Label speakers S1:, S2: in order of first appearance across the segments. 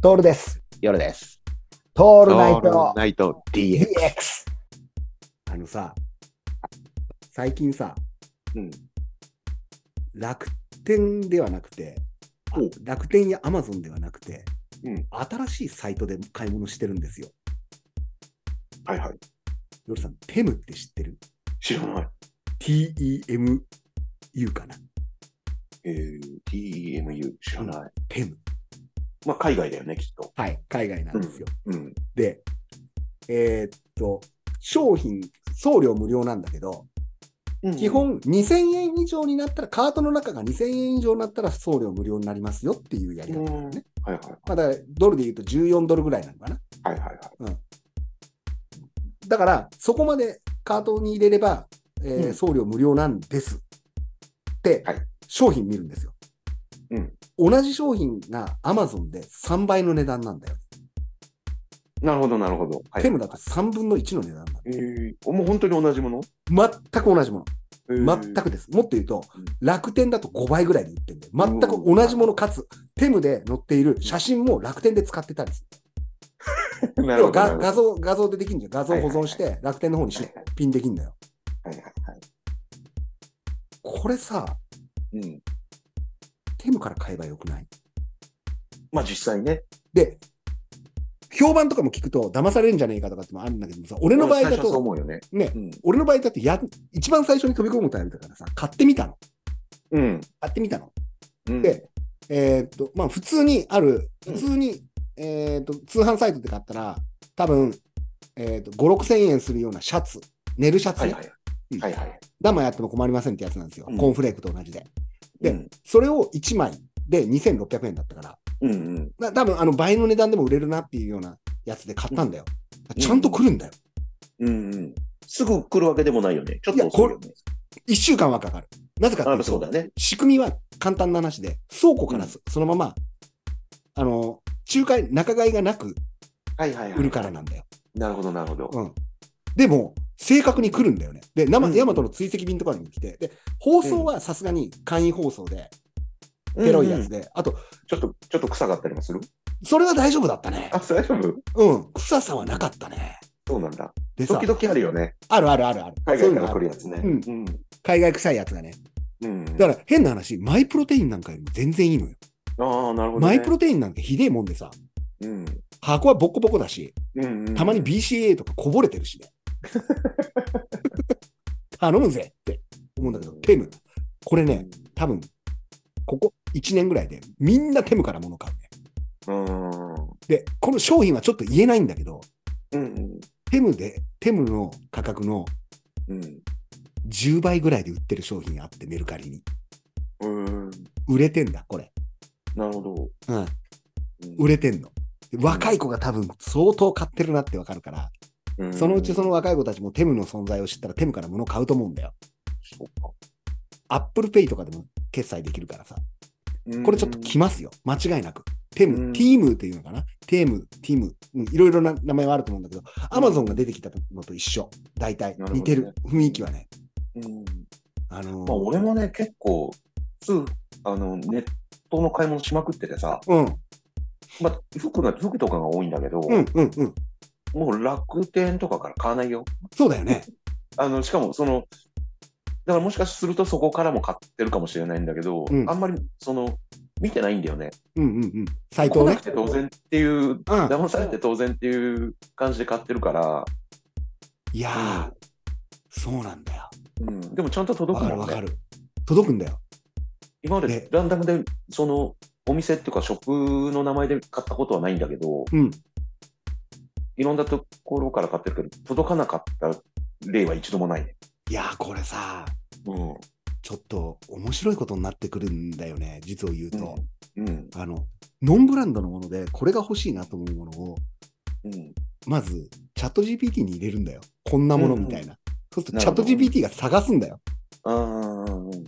S1: トールです。
S2: 夜です。
S1: ト
S2: オ
S1: ールナイト
S2: ナイト DX。
S1: DX。あのさ、最近さ、
S2: うん
S1: 楽天ではなくて、あ
S2: お
S1: 楽天やアマゾンではなくて、
S2: うん
S1: 新しいサイトで買い物してるんですよ。
S2: はいはい。
S1: 夜さん、テムって知ってる
S2: 知らない。
S1: ?TEMU かな
S2: えー、TEMU 知らない。
S1: テム。
S2: まあ、海外だよね、きっと。
S1: はい、海外なんですよ。
S2: うん。
S1: で、えーっと、商品、送料無料なんだけど、基、本2000円以上になったら、カートの中が2000円以上になったら送料無料になりますよっていうやり
S2: う
S1: 方。
S2: ん、はい
S1: ね
S2: はいはい。
S1: まあ、だからドルで言うと14ドルぐらいなのかな。
S2: はいはいはい。
S1: だから、そこまでカートに入れれば、えー
S2: うん
S1: 送料無料なんですって、
S2: はい
S1: 商品見るんですよ。
S2: うん
S1: 同じ商品が Amazon で3倍の値段なんだよ。
S2: なるほど、なるほど。はい、
S1: テムだと3分の1の値段だ。
S2: えー、もう本当に同じもの、
S1: 全く同じもの。
S2: え
S1: 全く。です。もっと言うと
S2: うん、
S1: 楽天だと5倍ぐらいで売ってるんで、全く
S2: うん
S1: 同じもの、かつ、テムで載っている写真も楽天で使ってたりする。
S2: なる
S1: 要は
S2: ほど。なる
S1: が
S2: ほど
S1: 画像、画像でできるんじゃん。画像保存し
S2: は
S1: て、楽天の方に出品できるんだよ。
S2: はいはいはい。
S1: これさ、
S2: うん。
S1: テムから買えばよくない
S2: まあ、実際ね。
S1: で、評判とかも聞くと、騙されるんじゃねえかとかってもあるんだけどもさ、俺の場合
S2: 最
S1: だ
S2: 初はそう
S1: と、
S2: 思うよね。
S1: ね
S2: う、ん。
S1: 俺の場合だってや、一番最初に飛び込むタイプだからさ、買ってみたの。
S2: うん。
S1: 買ってみたの。
S2: うん、
S1: で、えーっと、まあ、普通にある、普
S2: うん
S1: 通に、えーっと、通販サイトで買ったら、多分、えーっと、5、6千円するようなシャツ、寝るシャツ
S2: はい
S1: ね、
S2: はい。
S1: うん
S2: はいはい。
S1: ダマやっても困りませんってやつなんですよ。
S2: うん
S1: コーンフレークと同じで。で
S2: うん、
S1: それを1枚で2600円だったから、
S2: うんうん。
S1: な多分あの倍の値段でも売れるなっていうようなやつで買ったんだよ。
S2: うん
S1: ちゃんと来るんだよ。
S2: うんうん。すぐ来るわけでもないよね。ちょっ
S1: いや
S2: と遅いよね。
S1: 1週間はかかる。なぜかってい
S2: あ
S1: うと
S2: そうだね。
S1: 仕組みは簡単な話で、倉庫からそそのまま、あの、仲介、仲買いがなく
S2: はいはいはい。
S1: 売るからなんだよ。
S2: なるほど、なるほど。
S1: うん、でも、正確に来るんだよね。で、生
S2: うん
S1: ヤマトの追跡便とかにも来て、で、放送はさすがに簡易放送で、ペロいやつ
S2: で。
S1: で、あと、
S2: ちょっと、ちょっと臭かったりもする
S1: それは大丈夫だったね
S2: あ、。大丈夫
S1: うん、臭さはなかったね。
S2: そうなんだ。
S1: でさ
S2: 時、々あるよね。
S1: あるあるあるある。
S2: 海
S1: そういう
S2: 外か
S1: の
S2: ら
S1: があ
S2: 来
S1: る
S2: るやつね。
S1: うん
S2: うん。
S1: 海外臭いやつがね。
S2: うん。
S1: だから変な話、マイプロテインなんかよりも全然いいのよ。
S2: ああ、なるほど、ね。
S1: マイプロテインなんてひでえもんでさ、
S2: うん。
S1: 箱はボコボコだし、
S2: うん、うん。
S1: たまに BCA とかこぼれてる しね。頼むぜって思うんだけど、テム。これね、多分ここ1年ぐらいでみんなテムから物買うね。
S2: うん。
S1: で、この商品はちょっと言えないんだけど、
S2: うん。
S1: テムで、テムの価格の
S2: うん。
S1: 10倍ぐらいで売ってる商品あって、メルカリに。
S2: うん。
S1: 売れてんだ、これ。
S2: なるほど。
S1: うん。
S2: うん
S1: 売れてんの。で若い子が多分相当買ってるなってわかるから、そのうちその。若い子たちもテムの存在を知ったらテムから物を買うと思うんだよ。
S2: そうか
S1: アップルペイとかでも決済できるからさ。これちょっと来ますよ。間違いなく。テム、
S2: うん
S1: ティームっていうのかなテーム、ティム、うん、いろいろな名前はあると思うんだけど、アマゾンが出てきたのと一緒。大体、
S2: なるほどね
S1: 似てる雰囲気はね。
S2: うん。
S1: あの
S2: まあ、俺もね、結構、つあの、ネットの買い物しまくっててさ、
S1: うん、
S2: まあ、服が、服とかが多いんだけど、
S1: うん、うん、うん。
S2: もう楽天とかから買わないよ。
S1: そうだよね。
S2: あの、しかも、その、だからもしかするとそこからも買ってるかもしれないんだけど、
S1: うん
S2: あんまり、その、見てないんだよね。
S1: うん、うん、うん。サイト
S2: 来
S1: を
S2: な
S1: ね
S2: く。て当然っていう、
S1: うん。
S2: 騙されて当然っていう感じで買ってるから、
S1: いやー、そうなんだよ。
S2: うん、でもちゃんと
S1: わ
S2: 届く
S1: か
S2: も
S1: る
S2: ん
S1: わか
S2: ね。
S1: る。届くんだよ。
S2: 今まで
S1: ね
S2: ランダムで、その、お店っていうか、ショップの名前で買ったことはないんだけど、
S1: うん。
S2: いろんなところから買ってるけど、届かなかった例は一度もないね。
S1: いやー、これさ、
S2: うん。
S1: ちょっと面白いことになってくるんだよね。実を言うと。
S2: うん。
S1: あの、ノンブランドのもので、これが欲しいなと思うものを、
S2: うん。
S1: まず、チャット GPT に入れるんだよ。こんなものみたいな。そうすると、
S2: な
S1: チ
S2: る
S1: ャ
S2: ほ
S1: ッ
S2: ど
S1: ト GPT が探すんだよ。
S2: あー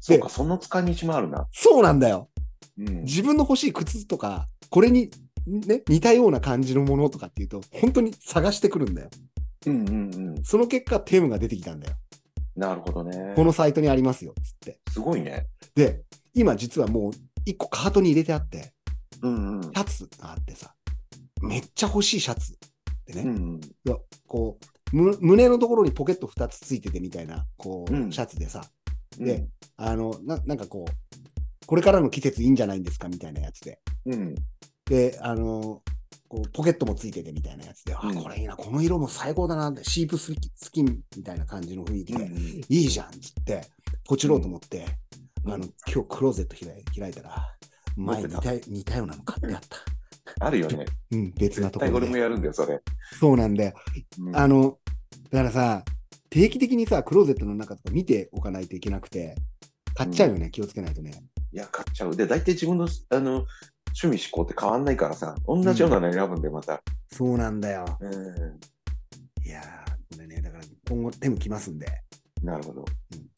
S2: そうか、そんな使い道もあるな。
S1: そうなんだよ。
S2: うん。
S1: 自分の欲しい靴とか、これに、ね、似たような感じのものとかっていうと、本当に探してくるんだよ。
S2: うんうんうん。
S1: その結果、テームが出てきたんだよ。
S2: なるほどね。
S1: このサイトにありますよ、つって。
S2: すごいね。
S1: で、今実はもう、一個カートに入れてあって、
S2: うんうん
S1: シャツがあってさ、めっちゃ欲しいシャツでね、
S2: うん
S1: いやこうむ、胸のところにポケット2つついててみたいな、こう、
S2: うん
S1: シャツでさ、
S2: うん
S1: であのな、なんかこう、これからの季節いいんじゃないんですかみたいなやつで。
S2: うん
S1: で、あの、こうポケットもついててみたいなやつで、あ
S2: うん
S1: これいいな、この色も最高だなって、シープスキスキンみたいな感じの雰囲気
S2: う
S1: で、い
S2: ん
S1: いじゃんっつって、ポチろうと思って、
S2: うん
S1: あの、今日クローゼット開い開いたら、前に似た似たようなの買ってあった。
S2: あるよね。
S1: うん、別なとこ
S2: 絶対
S1: ろ
S2: 俺も
S1: で。
S2: やるんだよ、それ。
S1: そうなんだよ。
S2: うん
S1: あの、だからさ、定期的にさ、クローゼットの中とか見ておかないといけなくて、買っちゃうよね、気をつけないとね。
S2: いや、買っちゃう。で、大体自分のあの趣味思考って変わんないからさ、同じようなの選ぶんで、また。
S1: そうなんだよ。
S2: うん、
S1: いやー、これね、だから今後手向きますんで、
S2: なるほど。
S1: うん